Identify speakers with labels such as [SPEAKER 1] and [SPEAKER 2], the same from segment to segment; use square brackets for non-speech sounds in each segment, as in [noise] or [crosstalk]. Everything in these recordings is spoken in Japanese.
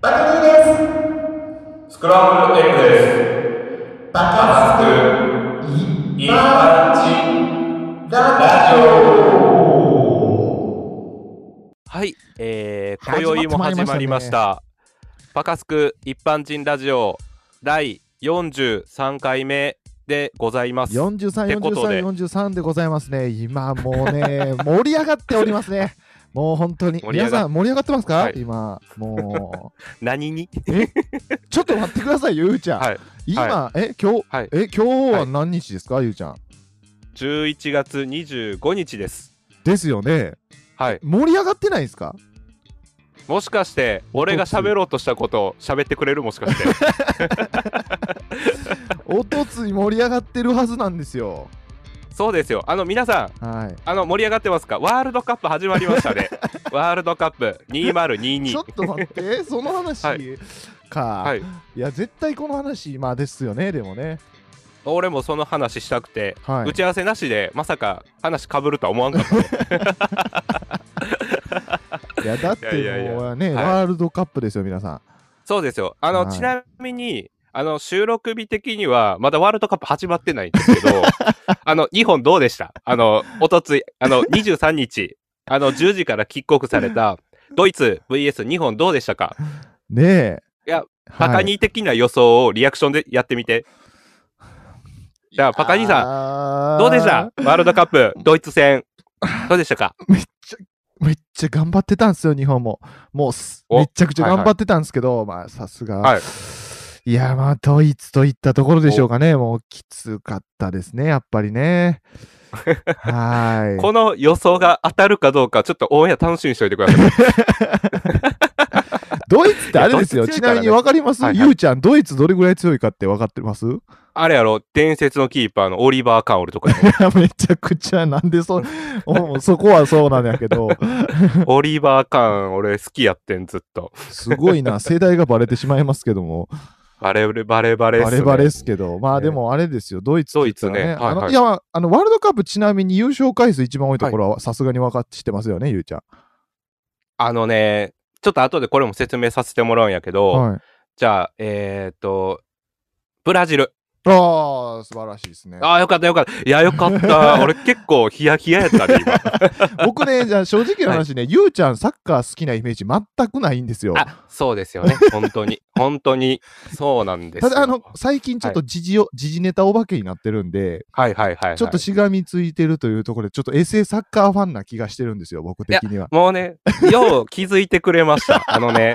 [SPEAKER 1] バカニーで
[SPEAKER 2] スクランブルエッグです
[SPEAKER 1] すバ
[SPEAKER 2] タ
[SPEAKER 1] カ
[SPEAKER 2] スク
[SPEAKER 1] い
[SPEAKER 2] イ
[SPEAKER 1] い
[SPEAKER 2] ンパン
[SPEAKER 1] ラジオ
[SPEAKER 3] はい、えー、
[SPEAKER 4] はい
[SPEAKER 3] 今宵も
[SPEAKER 4] 始
[SPEAKER 3] 始
[SPEAKER 4] ま
[SPEAKER 3] ま
[SPEAKER 4] り
[SPEAKER 3] り
[SPEAKER 4] ま
[SPEAKER 3] ま
[SPEAKER 4] し
[SPEAKER 3] したた。パカスク一般人ラジオ第43回目でございます。
[SPEAKER 4] 四十三、
[SPEAKER 3] て
[SPEAKER 4] 四
[SPEAKER 3] こ
[SPEAKER 4] 十
[SPEAKER 3] と
[SPEAKER 4] 三、
[SPEAKER 3] で
[SPEAKER 4] 四十三でございますね。今も
[SPEAKER 3] [laughs]
[SPEAKER 4] うね、盛り上がっておりますね。もう本当に
[SPEAKER 3] 盛り上が
[SPEAKER 4] 皆さん盛り上がってますか、
[SPEAKER 3] はい
[SPEAKER 4] 今も
[SPEAKER 3] 何に
[SPEAKER 4] うちょっと待ってくださいよゆうちゃん、
[SPEAKER 3] はい
[SPEAKER 4] 今、え今日、
[SPEAKER 3] はい
[SPEAKER 4] え今日は何日ですか、ゆうちゃん
[SPEAKER 3] ?11 月25日です。
[SPEAKER 4] ですよね
[SPEAKER 3] はい。
[SPEAKER 4] 盛り上がってないですか
[SPEAKER 3] もしかして俺が喋ろうとしたことを喋ってくれるもしかして。 [laughs]
[SPEAKER 4] おとつい盛り上がってるはずなんですよ
[SPEAKER 3] そうですよ。あの皆さん、
[SPEAKER 4] はい
[SPEAKER 3] あの盛り上がってますかワールドカップ始まりました [laughs] ね。ワールドカップ
[SPEAKER 4] ちょ
[SPEAKER 3] 2022
[SPEAKER 4] っ。と
[SPEAKER 3] [laughs]
[SPEAKER 4] 待ってその話、
[SPEAKER 3] は
[SPEAKER 4] か、
[SPEAKER 3] はい。
[SPEAKER 4] い、や絶対この話まあですよねでもね
[SPEAKER 3] 俺もその話したくて、
[SPEAKER 4] はい
[SPEAKER 3] 打ち合わせなしでまさか話かぶるとは思わんかった。
[SPEAKER 4] いやだってもう
[SPEAKER 3] いやいやい
[SPEAKER 4] ね
[SPEAKER 3] はい
[SPEAKER 4] ワールドカップですよ皆さん
[SPEAKER 3] そうですよ。あの、
[SPEAKER 4] はい
[SPEAKER 3] ちなみに、あの、収録日的には、まだワールドカップ始まってないんですけ
[SPEAKER 4] [laughs]
[SPEAKER 3] ど、あの、日本どうでしたあの、おとつい、あの、23日、 [laughs] あの、10時からキックオフされ
[SPEAKER 4] [laughs]
[SPEAKER 3] た、ドイツ VS 日本どうでしたか
[SPEAKER 4] ねえ。
[SPEAKER 3] いや、
[SPEAKER 4] は
[SPEAKER 3] パカニー的な予想をリアクションでやってみて。じゃあ、パカニーさ
[SPEAKER 4] さ
[SPEAKER 3] ん、どうでしたワールドカップ、ドイツ戦、どうでしたか
[SPEAKER 4] めっちゃ頑張ってたんですよ、日本も。もうす、
[SPEAKER 3] お
[SPEAKER 4] めちゃくちゃ頑張ってたんですけど、まあ、さすが。
[SPEAKER 3] はい
[SPEAKER 4] いや、まあ、ドイツといったところでしょうかね。もう、きつかったですね、やっぱ
[SPEAKER 3] [laughs]
[SPEAKER 4] りね。はーい。
[SPEAKER 3] この予想が当たるかどうか、ちょっとオンエア楽しみにしておいてください。
[SPEAKER 4] ドイツってあれですよ。
[SPEAKER 3] いやドイツ強
[SPEAKER 4] ち
[SPEAKER 3] いから
[SPEAKER 4] な
[SPEAKER 3] ね
[SPEAKER 4] みに分かります、
[SPEAKER 3] はいはい
[SPEAKER 4] ゆうちゃん、ドイツどれぐらい強いかって分かっ
[SPEAKER 3] [laughs]
[SPEAKER 4] てますい
[SPEAKER 3] あれやろ、伝説のキーパーのオリバー・カンオルとかやろ
[SPEAKER 4] やめちゃくちゃ、なんでそ、おそこはそうなんやけど、
[SPEAKER 3] オリバー・カン、俺好きやってん、ずっと。
[SPEAKER 4] すごいな、世代がバレてしまいますけども。
[SPEAKER 3] バレバレバレっ
[SPEAKER 4] バ
[SPEAKER 3] す、
[SPEAKER 4] レ
[SPEAKER 3] ね。
[SPEAKER 4] バレですけど、まあ
[SPEAKER 3] ね
[SPEAKER 4] でもあれですよ、ドイツって言ったら
[SPEAKER 3] ドイツねはい
[SPEAKER 4] あの
[SPEAKER 3] はい
[SPEAKER 4] いや、まああの、ワールドカップちなみに優勝回数一番多いところはさすがに分かってますよね、ゆうちゃん。
[SPEAKER 3] あのね、ちょっと後でこれも説明させてもらうんやけど、
[SPEAKER 4] はい。
[SPEAKER 3] じゃあ、えー、っと、ブラジル。
[SPEAKER 4] ああ、素晴らしいですね。
[SPEAKER 3] ああ、よかったよかった。いや、よか
[SPEAKER 4] [laughs]
[SPEAKER 3] った。俺結構ヒヤヒヤやったね、今。
[SPEAKER 4] 僕ね、じゃあ正直な話ね、ゆうちゃんサッカー好きなイメージ全くないんですよ。
[SPEAKER 3] あ、そうです
[SPEAKER 4] [laughs]
[SPEAKER 3] よね。本当に。本当に。そうなんですよ。
[SPEAKER 4] ただ、あの、最近ちょっと時事を、時事ネタお化けになってるんで、
[SPEAKER 3] はいはいはい、はい。
[SPEAKER 4] ちょっとしがみついてるというところで、ちょっとエセサッカーファンな気がしてるんですよ、僕的には。
[SPEAKER 3] もうね、よう気づいてくれました。あのね、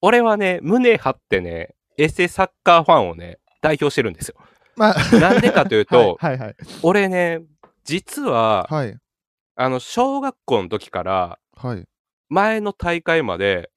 [SPEAKER 3] 俺はね、胸張ってね、エセサッカーファンをね、代表してるんですよ。
[SPEAKER 4] まあ、
[SPEAKER 3] なんでかというと、
[SPEAKER 4] [laughs] はいはいはい。
[SPEAKER 3] 俺ね実は
[SPEAKER 4] はい。
[SPEAKER 3] あの小学校の時から
[SPEAKER 4] はい。
[SPEAKER 3] 前の大会まで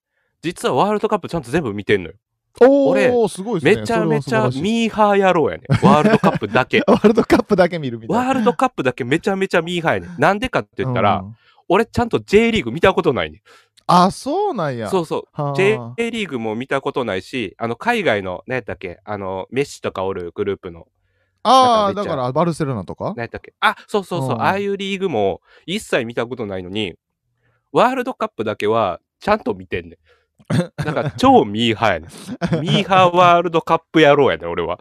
[SPEAKER 3] 実はワールドカップちゃんと全部見てんのよ、
[SPEAKER 4] おー、
[SPEAKER 3] 俺
[SPEAKER 4] すごいですね。
[SPEAKER 3] めちゃめちゃ
[SPEAKER 4] それは素晴らしい
[SPEAKER 3] ミーハー野郎やね
[SPEAKER 4] [laughs]
[SPEAKER 3] ワールドカップだけ
[SPEAKER 4] ワールドカップだけ見るみたいな
[SPEAKER 3] ワ。ールドカップだけめちゃめちゃミーハーやねんなんでかって言ったら、
[SPEAKER 4] うん
[SPEAKER 3] 俺ちゃんと J リーグ見たことないね
[SPEAKER 4] あそうなんや
[SPEAKER 3] そうそう
[SPEAKER 4] はあ
[SPEAKER 3] J リーグも見たことないしあの海外の何やったっけあのメッシとかおるグループの
[SPEAKER 4] ああ
[SPEAKER 3] なんかめ
[SPEAKER 4] だ
[SPEAKER 3] っちゃ
[SPEAKER 4] からバルセロナとか
[SPEAKER 3] 何やったっけあそうそうそう
[SPEAKER 4] うん
[SPEAKER 3] ああいうリーグも一切見たことないのにワールドカップだけはちゃんと見てんね
[SPEAKER 4] [laughs]
[SPEAKER 3] んなんか超ミーハーやねんミーハーワールドカップ野郎やねん俺は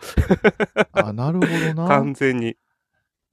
[SPEAKER 4] あなるほどな
[SPEAKER 3] 完全に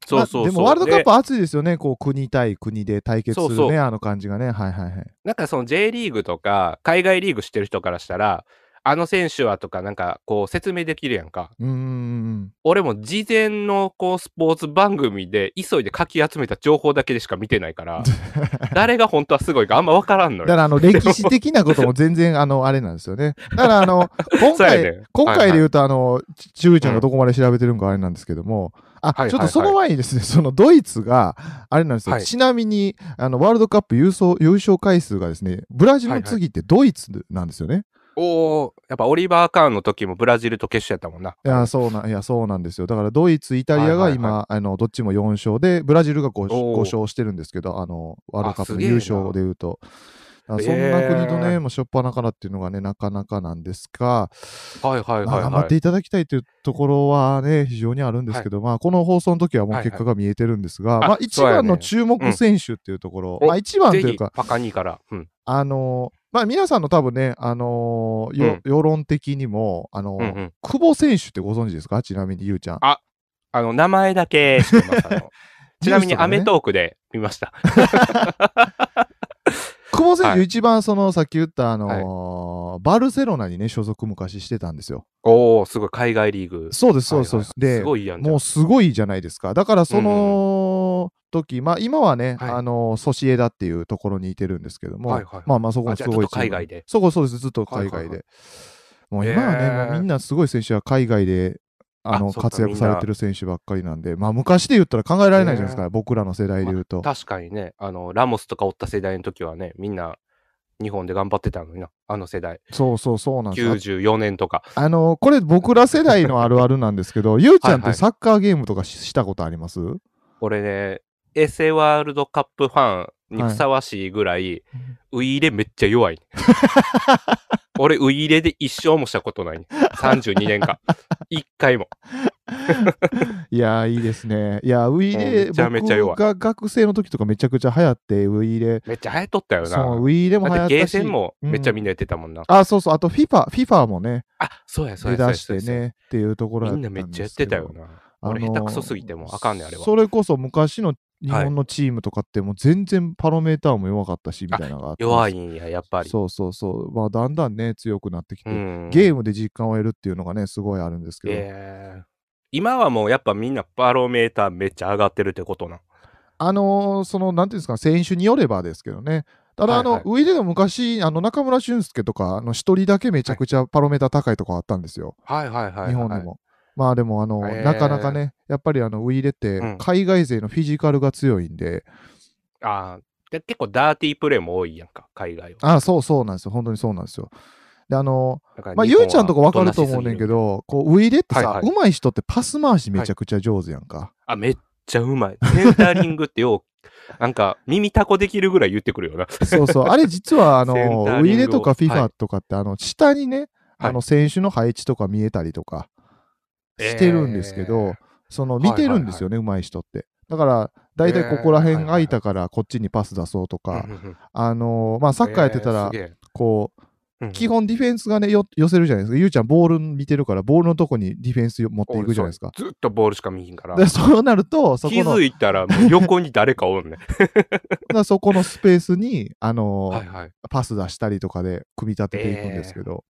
[SPEAKER 3] そ
[SPEAKER 4] ま
[SPEAKER 3] う
[SPEAKER 4] あ
[SPEAKER 3] そうそう、
[SPEAKER 4] でもワールドカップ
[SPEAKER 3] で
[SPEAKER 4] 熱いですよねこう国対国で対決するね
[SPEAKER 3] そうそう
[SPEAKER 4] あの感じがねはいはいはい
[SPEAKER 3] なんかその J リーグとか海外リーグしてる人からしたらあの選手はとかなんかこう説明できるやんか
[SPEAKER 4] うーん
[SPEAKER 3] 俺も事前のこうスポーツ番組で急いでかき集めた情報だけでしか見てないから
[SPEAKER 4] [laughs]
[SPEAKER 3] 誰が本当はすごいかあんま分からんの
[SPEAKER 4] だ
[SPEAKER 3] よ
[SPEAKER 4] からあの歴史的なことも全然あのあれなんですよねだからあの
[SPEAKER 3] [laughs]
[SPEAKER 4] 今
[SPEAKER 3] そうや
[SPEAKER 4] 回、
[SPEAKER 3] ね
[SPEAKER 4] 今回
[SPEAKER 3] はい
[SPEAKER 4] で言
[SPEAKER 3] はいう
[SPEAKER 4] とあのちちゅうちゃんがどこまで調べてるんかあれなんですけどもあ、
[SPEAKER 3] はいはいはい
[SPEAKER 4] ちょっとその前にですねそのドイツがあれなんですよ、
[SPEAKER 3] はい
[SPEAKER 4] ちなみにあのワールドカップ優勝優勝回数がですねブラジルの次ってドイツなんですよね、
[SPEAKER 3] おお、やっぱオリバー・カーンの時もブラジルと決勝やったもんな。
[SPEAKER 4] いやそうないやそうなんですよだからドイツ、イタリア
[SPEAKER 3] は
[SPEAKER 4] が
[SPEAKER 3] いはいはい
[SPEAKER 4] 今、あのどっちも4勝でブラジルが 5,
[SPEAKER 3] おー
[SPEAKER 4] 5勝してるんですけどあのワールドカップ
[SPEAKER 3] あす
[SPEAKER 4] の
[SPEAKER 3] げえな
[SPEAKER 4] 優勝でいうとだからそんな国とね、もうしょっぱなからっていうのがねなかなかなんですが、
[SPEAKER 3] はいはい
[SPEAKER 4] まあ頑張っていただきたいというところはね非常にあるんですけど、まあ、この放送の時はもう
[SPEAKER 3] はいはい
[SPEAKER 4] 結果が見えてるんですが、
[SPEAKER 3] あ
[SPEAKER 4] まあ、一
[SPEAKER 3] そうや
[SPEAKER 4] 番
[SPEAKER 3] ね
[SPEAKER 4] の注目選手っていうところ、
[SPEAKER 3] うん
[SPEAKER 4] まあ、一番と
[SPEAKER 3] ぜ
[SPEAKER 4] いう
[SPEAKER 3] ひ
[SPEAKER 4] か
[SPEAKER 3] パカニーから。うん。
[SPEAKER 4] あのまあ、皆さんの多分ね、あのーよ
[SPEAKER 3] うん
[SPEAKER 4] 世論的にも、あ
[SPEAKER 3] う
[SPEAKER 4] の
[SPEAKER 3] んう
[SPEAKER 4] ー
[SPEAKER 3] ん。
[SPEAKER 4] 久保選手ってご存知ですかちなみに、ゆうちゃん。
[SPEAKER 3] あの、名前だけ知ってます。あ
[SPEAKER 4] [laughs]
[SPEAKER 3] のちなみに、アメ
[SPEAKER 4] ー
[SPEAKER 3] トークで見ました。
[SPEAKER 4] ク。久保選
[SPEAKER 3] はい
[SPEAKER 4] 手、一番その、さっき言った、あのー
[SPEAKER 3] は
[SPEAKER 4] バルセロナにね、所属昔してたんですよ。
[SPEAKER 3] おおすごい、海外リーグ。
[SPEAKER 4] そうです、そうです、そう
[SPEAKER 3] はい
[SPEAKER 4] です
[SPEAKER 3] はい。
[SPEAKER 4] で、
[SPEAKER 3] すごいやんじゃん
[SPEAKER 4] もうすごいじゃないですか。だからその時、まあ今はね、
[SPEAKER 3] はい
[SPEAKER 4] あのソシエダっていうところにいてるんですけども、
[SPEAKER 3] はいはいはい
[SPEAKER 4] まあまあそこも
[SPEAKER 3] あじ
[SPEAKER 4] す
[SPEAKER 3] ゃあ
[SPEAKER 4] ご
[SPEAKER 3] ず
[SPEAKER 4] い
[SPEAKER 3] っと海外で
[SPEAKER 4] そこそうです、ずっと海
[SPEAKER 3] はい
[SPEAKER 4] 外
[SPEAKER 3] はいは
[SPEAKER 4] で。もう今はね、
[SPEAKER 3] へー
[SPEAKER 4] もうみんなすごい選手は海外で。あの
[SPEAKER 3] あそっか
[SPEAKER 4] 活躍されてる選手ばっかりなんで、まあ、昔で言ったら考えられないじゃないですか、僕らの世代で言うと。
[SPEAKER 3] 確かにね、あの、ラモスとかおった世代の時はね、みんな、日本で頑張ってたのにな、あの世代。
[SPEAKER 4] そうそうそうなんですよ
[SPEAKER 3] 94年とか。
[SPEAKER 4] あのこれ、僕ら世代のあるあるなんですけど、ゆうちゃん
[SPEAKER 3] [laughs]
[SPEAKER 4] っ
[SPEAKER 3] はいは
[SPEAKER 4] て
[SPEAKER 3] い
[SPEAKER 4] サッカーゲームとかししたことあります
[SPEAKER 3] 俺ね、エセワールドカップファンにふさわしいぐらい、ウイイレめっちゃ
[SPEAKER 4] [laughs]
[SPEAKER 3] 弱い、ね。俺、ウイイレで一生もしたことない、ね。32年間。一回も。
[SPEAKER 4] いやー、いいですね。いやー、ウイイレ、
[SPEAKER 3] めちゃめちゃ弱い
[SPEAKER 4] 僕が学生の時とかめちゃくちゃ流行って、ウイイレ、
[SPEAKER 3] めっちゃ流行っとったよな。
[SPEAKER 4] そう、ウイイレも流
[SPEAKER 3] だ
[SPEAKER 4] 行
[SPEAKER 3] っ
[SPEAKER 4] って
[SPEAKER 3] ゲー
[SPEAKER 4] た
[SPEAKER 3] セ
[SPEAKER 4] し
[SPEAKER 3] ン。もめっちゃみんなやってたもんな。
[SPEAKER 4] あ、そうそう、あと FIFA、FIFA もね、
[SPEAKER 3] あ、そうや、そう
[SPEAKER 4] 出
[SPEAKER 3] や、そう
[SPEAKER 4] だ
[SPEAKER 3] や。
[SPEAKER 4] し
[SPEAKER 3] そう
[SPEAKER 4] て
[SPEAKER 3] やそうや
[SPEAKER 4] ね、っていうところ
[SPEAKER 3] み
[SPEAKER 4] だ
[SPEAKER 3] んな
[SPEAKER 4] た
[SPEAKER 3] めっ
[SPEAKER 4] で
[SPEAKER 3] ちゃやっ
[SPEAKER 4] す
[SPEAKER 3] て
[SPEAKER 4] け
[SPEAKER 3] た
[SPEAKER 4] ど
[SPEAKER 3] よ。な。俺、
[SPEAKER 4] あの
[SPEAKER 3] 下
[SPEAKER 4] ー
[SPEAKER 3] 手くそすぎてもうあかんねん、あれは。
[SPEAKER 4] それこそ昔の日本のチームとかって、もう全然パロメーターも弱かったし、みたいなのがあって。
[SPEAKER 3] 弱
[SPEAKER 4] い、
[SPEAKER 3] いんや、やっぱり。
[SPEAKER 4] そうそうそう。まあ、だんだんね、強くなってきて、
[SPEAKER 3] うん
[SPEAKER 4] ゲームで実感を得るっていうのがね、すごいあるんですけど。
[SPEAKER 3] えー今はもうやっぱみんなパロメーターめっちゃ上がってるってことな。
[SPEAKER 4] あのーその、なんていうんですか、選手によればですけどね。ただ、あの、
[SPEAKER 3] はい
[SPEAKER 4] ウイレでも昔、あの、中村俊輔とか、あの、一人だけめちゃくちゃパロメーター高いとこあったんですよ。
[SPEAKER 3] はいはいはい、
[SPEAKER 4] 日本で。も。まあでも、あの、
[SPEAKER 3] へー
[SPEAKER 4] なかなかね、やっぱりあの、ウイレ
[SPEAKER 3] う
[SPEAKER 4] って
[SPEAKER 3] ん、
[SPEAKER 4] 海外勢のフィジカルが強いんで、
[SPEAKER 3] ああ、で結構ダーティープレイも多いやんか、海外は。
[SPEAKER 4] ああ、そうそうなんですよ。本当にそうなんですよ。で、あの、
[SPEAKER 3] だから
[SPEAKER 4] まあ、
[SPEAKER 3] 日
[SPEAKER 4] ゆ
[SPEAKER 3] 本は
[SPEAKER 4] うちゃんとかわかると思うねんけ
[SPEAKER 3] おとなしすぎる。
[SPEAKER 4] ど、こう、ウイレって
[SPEAKER 3] は
[SPEAKER 4] さ、
[SPEAKER 3] いは
[SPEAKER 4] 上手い人ってパス回しめちゃくちゃ上手やんか。
[SPEAKER 3] あ、めっちゃうまい。センタリングってよう、なんか耳タコできるぐらい言ってくるよな。
[SPEAKER 4] そうそう。あれ
[SPEAKER 3] [laughs]
[SPEAKER 4] 実は、あの、
[SPEAKER 3] センタリングを
[SPEAKER 4] ウイレとか
[SPEAKER 3] はい
[SPEAKER 4] FIFA とかって、あの、下にね、あの、選手の配置とか見えたりとかしてるんですけど、
[SPEAKER 3] えー
[SPEAKER 4] その、見てるんですよね、上手い人って。だから、大体ここら辺空いたから、こっちにパス出そうとか、
[SPEAKER 3] うんうんうん
[SPEAKER 4] あの、まあ、サッカーやってたら
[SPEAKER 3] え、ーすげえ
[SPEAKER 4] こう、
[SPEAKER 3] うんうん
[SPEAKER 4] 基本ディフェンスがね、よ寄せるじゃないですか。ゆうちゃん、ボール見てるから、ボールのとこにディフェンスよ持っていくじゃないですか。
[SPEAKER 3] ずっとボールしか見ひんから。
[SPEAKER 4] でそうなると、そこ
[SPEAKER 3] 気
[SPEAKER 4] の
[SPEAKER 3] づいたらもう横に誰かおんね。
[SPEAKER 4] [laughs] だそこのスペースに、あの
[SPEAKER 3] はいはい。
[SPEAKER 4] パス出したりとかで組み立てていくんですけど、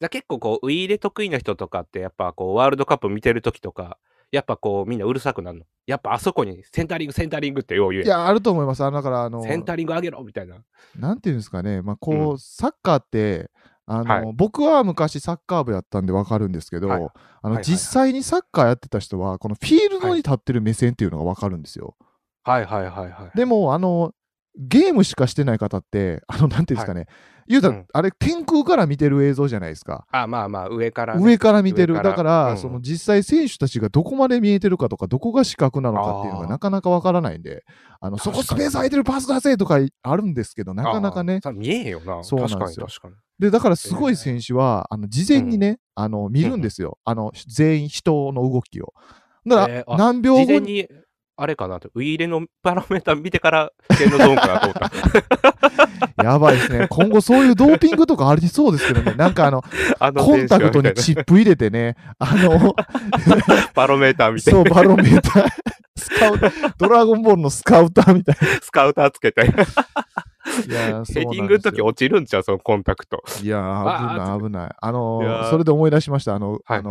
[SPEAKER 3] だ結構こう、ウイイレ得意な人とかって、やっぱこう、ワールドカップ見てる時とか、やっぱこう、みんなうるさくなるの。やっぱあそこにセンタリング、センタリングってよう言
[SPEAKER 4] い
[SPEAKER 3] え。
[SPEAKER 4] や、あると思います。あのだから、あの
[SPEAKER 3] センタリング上げろみたいな。
[SPEAKER 4] なんていうんですかね、まあ、こう、
[SPEAKER 3] う
[SPEAKER 4] サッカーって、あの
[SPEAKER 3] はい
[SPEAKER 4] 僕は昔サッカー部やったんでわかるんですけど、
[SPEAKER 3] はいは
[SPEAKER 4] あ
[SPEAKER 3] いはい
[SPEAKER 4] の
[SPEAKER 3] はい
[SPEAKER 4] 実際にサッカーやってた人は、このフィールドに立ってる目線っていうのがわかるんですよ。
[SPEAKER 3] はいはいはいはい。
[SPEAKER 4] でも、あの、ゲームしかしてない方って、あの、なんていうんですかね、言うたら、
[SPEAKER 3] うん
[SPEAKER 4] あれ、天空から見てる映像じゃないですか。
[SPEAKER 3] あ、まあまあ、上からね、
[SPEAKER 4] 上から見てる。
[SPEAKER 3] 上から
[SPEAKER 4] だから、
[SPEAKER 3] うん
[SPEAKER 4] その実際選手たちがどこまで見えてるかとか、どこが視覚なのかっていうのが
[SPEAKER 3] あー
[SPEAKER 4] なかなかわからないんで、あの、そこ
[SPEAKER 3] 確
[SPEAKER 4] ス
[SPEAKER 3] かに
[SPEAKER 4] ペース空いてるパス出せとかあるんですけど、なかなかね
[SPEAKER 3] あ。ー。さ見えへんよな。
[SPEAKER 4] そうなんです
[SPEAKER 3] 確か
[SPEAKER 4] よ
[SPEAKER 3] に確かに。
[SPEAKER 4] で、だからすごい選手は、あの、事前にね、あの、見るんですよ。あの、全員人の動きを。だから
[SPEAKER 3] えー、あ
[SPEAKER 4] 何秒
[SPEAKER 3] 事
[SPEAKER 4] 後
[SPEAKER 3] 前
[SPEAKER 4] に、
[SPEAKER 3] に、あれかなと、ウイイレのパラメータ見てから、点のゾーンかなと思
[SPEAKER 4] [laughs]
[SPEAKER 3] った。
[SPEAKER 4] やばいですね。今後そういうドーピングとかありそうですけどね、なんかあ
[SPEAKER 3] [laughs]
[SPEAKER 4] の、
[SPEAKER 3] あの
[SPEAKER 4] コンタクトに
[SPEAKER 3] 選手がみ
[SPEAKER 4] チップ入れてね、あの、
[SPEAKER 3] たいなパロメーター [laughs] みたい
[SPEAKER 4] そう、
[SPEAKER 3] な、
[SPEAKER 4] バロメーター、スカウト、ドラゴンボールのスカウターみたい
[SPEAKER 3] スカウターつけて、ヘ
[SPEAKER 4] な。い
[SPEAKER 3] [laughs]
[SPEAKER 4] やー、そう
[SPEAKER 3] ディ
[SPEAKER 4] な
[SPEAKER 3] ン
[SPEAKER 4] ん
[SPEAKER 3] グの
[SPEAKER 4] です
[SPEAKER 3] 時
[SPEAKER 4] よ。
[SPEAKER 3] 落ちるんちゃう、そのコンタク
[SPEAKER 4] [laughs]
[SPEAKER 3] ト。
[SPEAKER 4] いやー、危ない、危ない。あの
[SPEAKER 3] いや
[SPEAKER 4] ー、
[SPEAKER 3] ー
[SPEAKER 4] それで思い出しました。あの、
[SPEAKER 3] はい
[SPEAKER 4] あの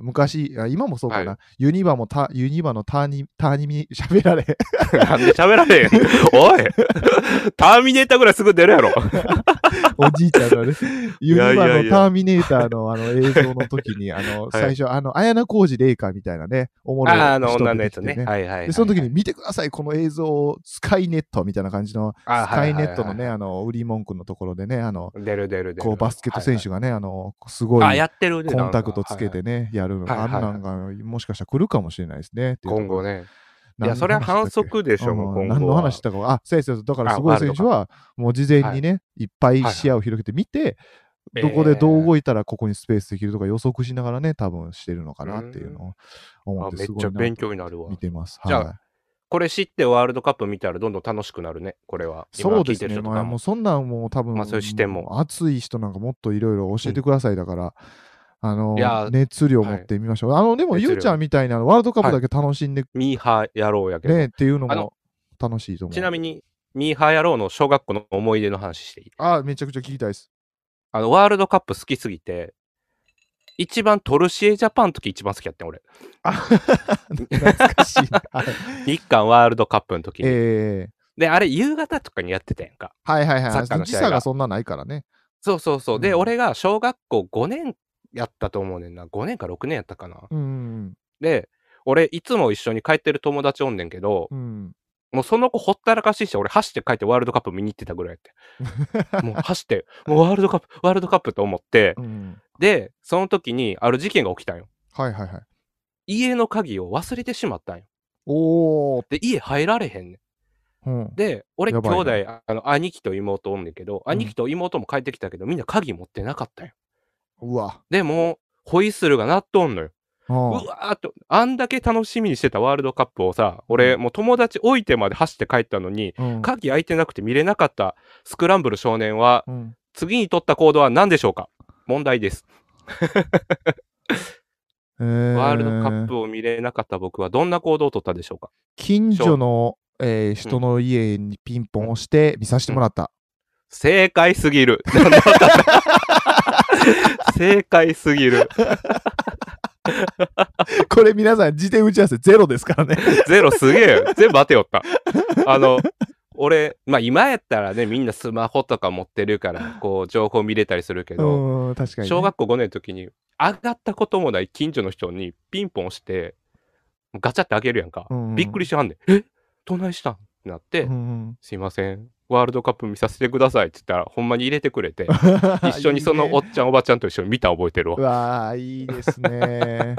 [SPEAKER 4] ー昔、あ今もそうかな、
[SPEAKER 3] は
[SPEAKER 4] ユニバもタ、ユニバのターニ、ターニミ、 [laughs] 喋
[SPEAKER 3] [laughs]
[SPEAKER 4] られへん。
[SPEAKER 3] なんで喋られへん。おいターミネーターぐらいすぐ出るやろ。
[SPEAKER 4] おじいちゃんのね、ユニバ
[SPEAKER 3] いやいや
[SPEAKER 4] の
[SPEAKER 3] いや
[SPEAKER 4] ターミネーターのあの映像の時に、あの、
[SPEAKER 3] はい
[SPEAKER 4] 最初、あの、綾小路麗華みたいなね、おもろい人
[SPEAKER 3] ああの、女の
[SPEAKER 4] 出
[SPEAKER 3] や
[SPEAKER 4] て
[SPEAKER 3] つ
[SPEAKER 4] きて
[SPEAKER 3] ね。はいはいはい、
[SPEAKER 4] で、その時に見てください、この映像をスカイネットみたいな感じの、ス
[SPEAKER 3] あ
[SPEAKER 4] カイネット
[SPEAKER 3] はいは
[SPEAKER 4] のね、
[SPEAKER 3] いはいはい
[SPEAKER 4] あの、売り文句のところでね、あの、
[SPEAKER 3] 出る出る出る。
[SPEAKER 4] こう、バスケット選手がね、あの、す
[SPEAKER 3] は
[SPEAKER 4] ご
[SPEAKER 3] い
[SPEAKER 4] い
[SPEAKER 3] はいあ、やってるね
[SPEAKER 4] コンタクトつけ
[SPEAKER 3] な
[SPEAKER 4] て
[SPEAKER 3] んか
[SPEAKER 4] ね、やる
[SPEAKER 3] は
[SPEAKER 4] の
[SPEAKER 3] い
[SPEAKER 4] が、
[SPEAKER 3] はい
[SPEAKER 4] あん
[SPEAKER 3] はい
[SPEAKER 4] なんが、もしかしたら来るかもしれないですね。っていう
[SPEAKER 3] はいはい今後ね。いや、
[SPEAKER 4] 何の話
[SPEAKER 3] それは反
[SPEAKER 4] だっけ
[SPEAKER 3] 則でしょ、もう
[SPEAKER 4] うん
[SPEAKER 3] 今
[SPEAKER 4] 何
[SPEAKER 3] 後
[SPEAKER 4] の
[SPEAKER 3] は。
[SPEAKER 4] 話したかは、あ、そうですだから
[SPEAKER 3] あ
[SPEAKER 4] すごい選手は、もう事前にね、いっぱい
[SPEAKER 3] はい
[SPEAKER 4] 視野を広げてみて、
[SPEAKER 3] えー
[SPEAKER 4] どこでどう動いたらここにスペースできるとか予測しながらね、多分してるのかなっていうのを思
[SPEAKER 3] あ
[SPEAKER 4] って、
[SPEAKER 3] めっ
[SPEAKER 4] すご
[SPEAKER 3] ちゃ
[SPEAKER 4] いな
[SPEAKER 3] 勉強になるわ
[SPEAKER 4] 見。てます。
[SPEAKER 3] じゃあ
[SPEAKER 4] は
[SPEAKER 3] これ知ってワールドカップ見たらどんどん楽しくなるね、これは。今
[SPEAKER 4] そうです
[SPEAKER 3] 聞いてる
[SPEAKER 4] ね。
[SPEAKER 3] 人と
[SPEAKER 4] ま
[SPEAKER 3] か
[SPEAKER 4] あ、も
[SPEAKER 3] も
[SPEAKER 4] うそんなんもう多分、
[SPEAKER 3] まあそういう視点も
[SPEAKER 4] 熱い人なんかもっといろいろ教えてください。だから、あの
[SPEAKER 3] いや、
[SPEAKER 4] 熱量持ってみましょう。あの、でも、
[SPEAKER 3] 熱量
[SPEAKER 4] ゆうちゃんみたいなワールドカップだけ楽しんで
[SPEAKER 3] ミーハー野郎やけど。
[SPEAKER 4] ね、っていうの
[SPEAKER 3] あ
[SPEAKER 4] も
[SPEAKER 3] の
[SPEAKER 4] 楽しいと思う。
[SPEAKER 3] ちなみに、ミーハー野郎の小学校の思い出の話していい
[SPEAKER 4] あ、めちゃくちゃ聞きたいです。
[SPEAKER 3] [laughs] あの、ワールドカップ好きすぎて、一番トルシエジャパンの時一番好きやってん、
[SPEAKER 4] [laughs]
[SPEAKER 3] 俺。
[SPEAKER 4] あ懐かしいな。
[SPEAKER 3] [laughs]
[SPEAKER 4] はい
[SPEAKER 3] 日韓ワールドカップの時に。
[SPEAKER 4] え
[SPEAKER 3] で、あれ、夕方とかにやってたやんか。
[SPEAKER 4] ー、はいはい
[SPEAKER 3] サ
[SPEAKER 4] は
[SPEAKER 3] ッカー
[SPEAKER 4] い。
[SPEAKER 3] の
[SPEAKER 4] 時
[SPEAKER 3] 試合が
[SPEAKER 4] 差がそんなないからね。
[SPEAKER 3] そうそうそう。で、
[SPEAKER 4] うん
[SPEAKER 3] 俺が小学校5年やったと思うねんな。5年か6年やったかな。
[SPEAKER 4] うん。
[SPEAKER 3] で、俺、いつも一緒に帰ってる友達おんねんけど、
[SPEAKER 4] うん。
[SPEAKER 3] もうその子ほったらかしいして、俺走って帰ってワールドカップ見に行ってたぐらいや
[SPEAKER 4] [laughs]
[SPEAKER 3] って。もう走って、もうワールドカップ、ワールドカップと思って
[SPEAKER 4] う、ん。
[SPEAKER 3] で、その時にある事件が起きたんよ。
[SPEAKER 4] はいはいはい。
[SPEAKER 3] 家の鍵を忘れてしまったんよ。
[SPEAKER 4] おー。
[SPEAKER 3] で、家入られへんね
[SPEAKER 4] うん
[SPEAKER 3] ん。、で、俺、
[SPEAKER 4] や
[SPEAKER 3] 兄
[SPEAKER 4] ばいね
[SPEAKER 3] 弟、あの、兄貴と妹おんねんけど、
[SPEAKER 4] ん
[SPEAKER 3] 兄貴と妹も帰ってきたけど、みんな鍵持ってなかったんよ。
[SPEAKER 4] うわ。
[SPEAKER 3] でも、ホイッスルが鳴っとんのよ。
[SPEAKER 4] うん
[SPEAKER 3] うわーっと、あんだけ楽しみにしてたワールドカップをさ、俺、もう友達置いてまで走って帰ったのに、
[SPEAKER 4] うん
[SPEAKER 3] 鍵開いてなくて見れなかったスクランブル少年は、
[SPEAKER 4] うん
[SPEAKER 3] 次に取った行動は何でしょうか問題です。
[SPEAKER 4] えー
[SPEAKER 3] ワールドカップを見れなかった僕はどんな行動を取ったでしょうか
[SPEAKER 4] 近所の、えー人の家にピンポン押して見させてもらった。 [laughs]
[SPEAKER 3] 正解すぎる。 [laughs] なんでわかった正解すぎる。
[SPEAKER 4] これ皆さん、事前打ち合わせゼロですからね。
[SPEAKER 3] ゼロすげえよ。全部当てよった。あの、俺、まあ今やったらね、みんなスマホとか持ってるから、こう、情報見れたりするけ
[SPEAKER 4] う
[SPEAKER 3] ど、
[SPEAKER 4] ん、確かにね、
[SPEAKER 3] 小学校5年の時に上がったこともない近所の人にピンポン押してガチャって開けるやんか、
[SPEAKER 4] うん
[SPEAKER 3] びっくりしはんねん「えどないしたん?」ってなって「
[SPEAKER 4] うん
[SPEAKER 3] すいませんワールドカップ見させてください」って言ったらほんまに入れてく
[SPEAKER 4] [laughs]
[SPEAKER 3] れて [laughs] 一緒にそのお
[SPEAKER 4] いいね
[SPEAKER 3] っちゃんおばちゃんと一緒に見た覚えてる
[SPEAKER 4] う
[SPEAKER 3] わ。
[SPEAKER 4] わあ、いいですね。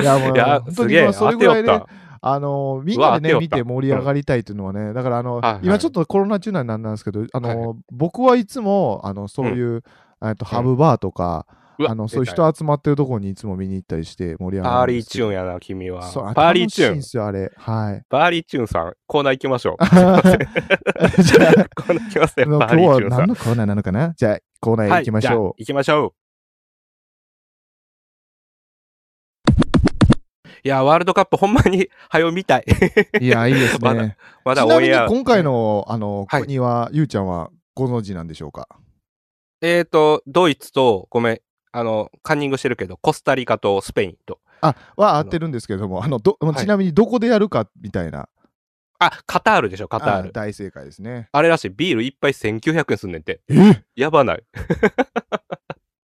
[SPEAKER 4] いや、もう、
[SPEAKER 3] いや
[SPEAKER 4] 本当
[SPEAKER 3] す
[SPEAKER 4] に
[SPEAKER 3] げ
[SPEAKER 4] ま
[SPEAKER 3] え
[SPEAKER 4] あそれ
[SPEAKER 3] 当てよ
[SPEAKER 4] ぐら
[SPEAKER 3] っ
[SPEAKER 4] いで、
[SPEAKER 3] た
[SPEAKER 4] あの、みんなで
[SPEAKER 3] う
[SPEAKER 4] ね、
[SPEAKER 3] わ
[SPEAKER 4] 見
[SPEAKER 3] 当てよった
[SPEAKER 4] て盛り上がりたいというのはね、だから、あの、
[SPEAKER 3] はいはい
[SPEAKER 4] 今ちょっとコロナ中なんなんですけど、あの、僕はいつも、あの、そういう、えっと、ハブバーとか、
[SPEAKER 3] うわ
[SPEAKER 4] あの、そういう
[SPEAKER 3] 出た
[SPEAKER 4] 人集まってるところにいつも見に行ったりして盛り上が
[SPEAKER 3] パー
[SPEAKER 4] る
[SPEAKER 3] リ
[SPEAKER 4] んで
[SPEAKER 3] ー
[SPEAKER 4] すけ
[SPEAKER 3] チ
[SPEAKER 4] ど
[SPEAKER 3] ューンやな君は
[SPEAKER 4] そう
[SPEAKER 3] パーリーチュー
[SPEAKER 4] 楽しいん
[SPEAKER 3] ン
[SPEAKER 4] ですよ、あれ。
[SPEAKER 3] [laughs]
[SPEAKER 4] はい。
[SPEAKER 3] パーリーチューンさんコーナー行きましょう
[SPEAKER 4] じゃあ、
[SPEAKER 3] コーナー行きます
[SPEAKER 4] あ
[SPEAKER 3] よ
[SPEAKER 4] の
[SPEAKER 3] パー
[SPEAKER 4] 今日
[SPEAKER 3] リーチューン
[SPEAKER 4] は
[SPEAKER 3] さ
[SPEAKER 4] 何
[SPEAKER 3] ん
[SPEAKER 4] のコーナーなのかなじゃあ、コーナーへ行きまし
[SPEAKER 3] はいじゃあ
[SPEAKER 4] ょう。
[SPEAKER 3] 行きましょういやワールドカップほんまに [laughs] 早う見たい
[SPEAKER 4] いや、いいです
[SPEAKER 3] まだ
[SPEAKER 4] ね。
[SPEAKER 3] ま
[SPEAKER 4] ち
[SPEAKER 3] だ
[SPEAKER 4] な
[SPEAKER 3] オ
[SPEAKER 4] み
[SPEAKER 3] ン
[SPEAKER 4] に
[SPEAKER 3] エア
[SPEAKER 4] 今回のあの
[SPEAKER 3] はい
[SPEAKER 4] 国は、ゆうちゃんはご存知なんでしょうか
[SPEAKER 3] えっ、ー、と、ドイツと、ごめん、あの、カンニングしてるけど、コスタリカとスペインと。
[SPEAKER 4] あ、は合ってるんですけれども、あのど
[SPEAKER 3] い
[SPEAKER 4] ちなみにどこでやるかみたいな。
[SPEAKER 3] あ、カタールでしょ、カター
[SPEAKER 4] あ
[SPEAKER 3] ル。あ
[SPEAKER 4] 大正解ですね。
[SPEAKER 3] れらしい、ビール一杯1900円すんねんて。
[SPEAKER 4] え
[SPEAKER 3] やばない。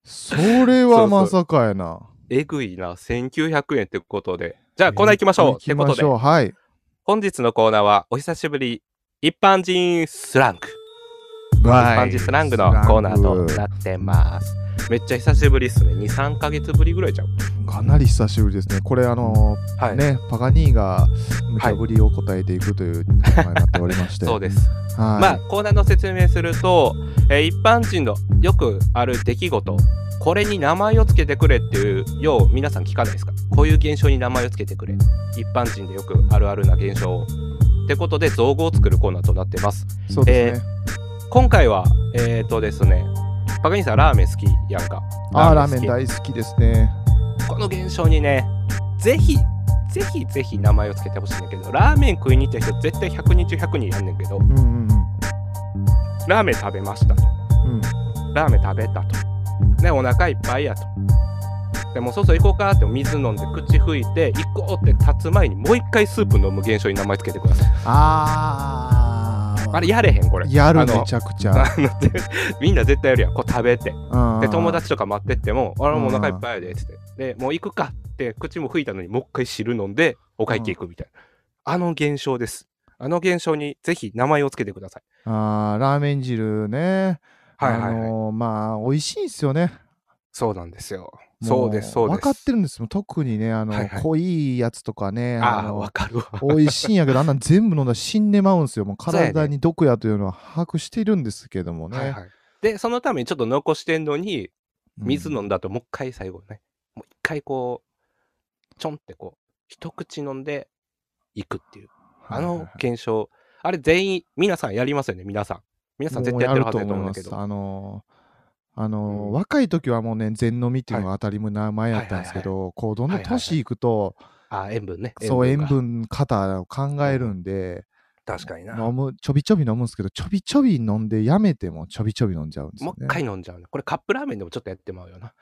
[SPEAKER 4] それはまさかやな。
[SPEAKER 3] えぐいな、1900円ってことで。じゃあ、コーナー行きましょう。
[SPEAKER 4] 行
[SPEAKER 3] って
[SPEAKER 4] き
[SPEAKER 3] こ
[SPEAKER 4] ま
[SPEAKER 3] と
[SPEAKER 4] し
[SPEAKER 3] で、
[SPEAKER 4] ょう。はい。
[SPEAKER 3] 本日のコーナーは、お久しぶり、一般人スラング。
[SPEAKER 4] は
[SPEAKER 3] 一般
[SPEAKER 4] い
[SPEAKER 3] 人スラングのコーナーとなってます。めっちゃ久しぶりっすね。2、3ヶ月ぶりぐらいじゃん。
[SPEAKER 4] かなり久しぶりですね。これ、あの、
[SPEAKER 3] はい。
[SPEAKER 4] ね、パガニーが無茶ぶりを答えていくというテーマになっておりまし
[SPEAKER 3] [laughs]
[SPEAKER 4] て。
[SPEAKER 3] そうです。
[SPEAKER 4] はい。
[SPEAKER 3] まあ、コーナーの説明すると、えー一般人のよくある出来事これに名前をつけてくれっていうよう皆さん聞かないですかこういう現象に名前をつけてくれ一般人でよくあるあるな現象をってことで造語を作るコーナーとなってます
[SPEAKER 4] そうですね。
[SPEAKER 3] 今回はえっ、とですねパガニーさんラーメン好きやんか
[SPEAKER 4] あーラーメン
[SPEAKER 3] 好
[SPEAKER 4] 大好きですね。
[SPEAKER 3] きこの現象にねぜひぜひぜひ名前をつけてほしいんだけどラーメン食いに行った人絶対100人中100人やんねんけど
[SPEAKER 4] うんうん
[SPEAKER 3] ラーメン食べました
[SPEAKER 4] うん。うん
[SPEAKER 3] ラーメン食べたと。ね、お腹いっぱいやと。でもうそろそろ行こうかって水飲んで口拭いて行こうって立つ前にもう一回スープ飲む現象に名前つけてください。
[SPEAKER 4] あー
[SPEAKER 3] あれやれへんこれ。
[SPEAKER 4] やる
[SPEAKER 3] あ
[SPEAKER 4] め
[SPEAKER 3] の
[SPEAKER 4] ちゃくちゃ。
[SPEAKER 3] [laughs] あので [laughs] みんな絶対やるやん。こう食べて。
[SPEAKER 4] うん
[SPEAKER 3] で、友達とか待ってっても、俺もうお腹いっぱいやでっつって。で、もう行くかって口も拭いたのにもう一回汁飲んでお会計行くみたいな。あの現象です。あの現象にぜひ名前をつけてください。
[SPEAKER 4] あーラーメン汁ね。
[SPEAKER 3] はいはいはい
[SPEAKER 4] あのーまあ、美味しいんですよね。
[SPEAKER 3] そうなんですよ。
[SPEAKER 4] も
[SPEAKER 3] そうです、そうです。
[SPEAKER 4] 分かってるんですよ。特にね、あの、
[SPEAKER 3] はいはい
[SPEAKER 4] 濃いやつとかね。
[SPEAKER 3] ああ、
[SPEAKER 4] の
[SPEAKER 3] わかるわ。
[SPEAKER 4] 美味しいんやけど、あんなん全部飲んだら死んでまうんですよ。もう
[SPEAKER 3] そうやね
[SPEAKER 4] 体に毒やというのは把握しているんですけどもね。
[SPEAKER 3] はいはい。で、そのためにちょっと残してんのに、
[SPEAKER 4] うん
[SPEAKER 3] 水飲んだともう一回最後ねもう一回こうちょんってこう一口飲んでいくっていうあ
[SPEAKER 4] はいはい
[SPEAKER 3] の
[SPEAKER 4] はい
[SPEAKER 3] 検証、あれ全員、皆さんやりますよね、皆さん。皆さん絶対やってるはずだと思うんだけ
[SPEAKER 4] も
[SPEAKER 3] ど。
[SPEAKER 4] やると思いますあのー、あのー
[SPEAKER 3] うん
[SPEAKER 4] 若い時はもうね、全飲みっていうのが当たり前やったんですけど、こう、どんどん年いくと、
[SPEAKER 3] あ、塩分ね。
[SPEAKER 4] そう、塩
[SPEAKER 3] が
[SPEAKER 4] 分肩を考えるんで、
[SPEAKER 3] 確かにな。
[SPEAKER 4] 飲む、ちょびちょび飲むんですけど、ちょびちょび飲んで、やめてもちょびちょび飲んじゃうんです
[SPEAKER 3] も
[SPEAKER 4] よ
[SPEAKER 3] う
[SPEAKER 4] ね。
[SPEAKER 3] 一回飲んじゃうね。これカップラーメンでもちょっとやってまうよな。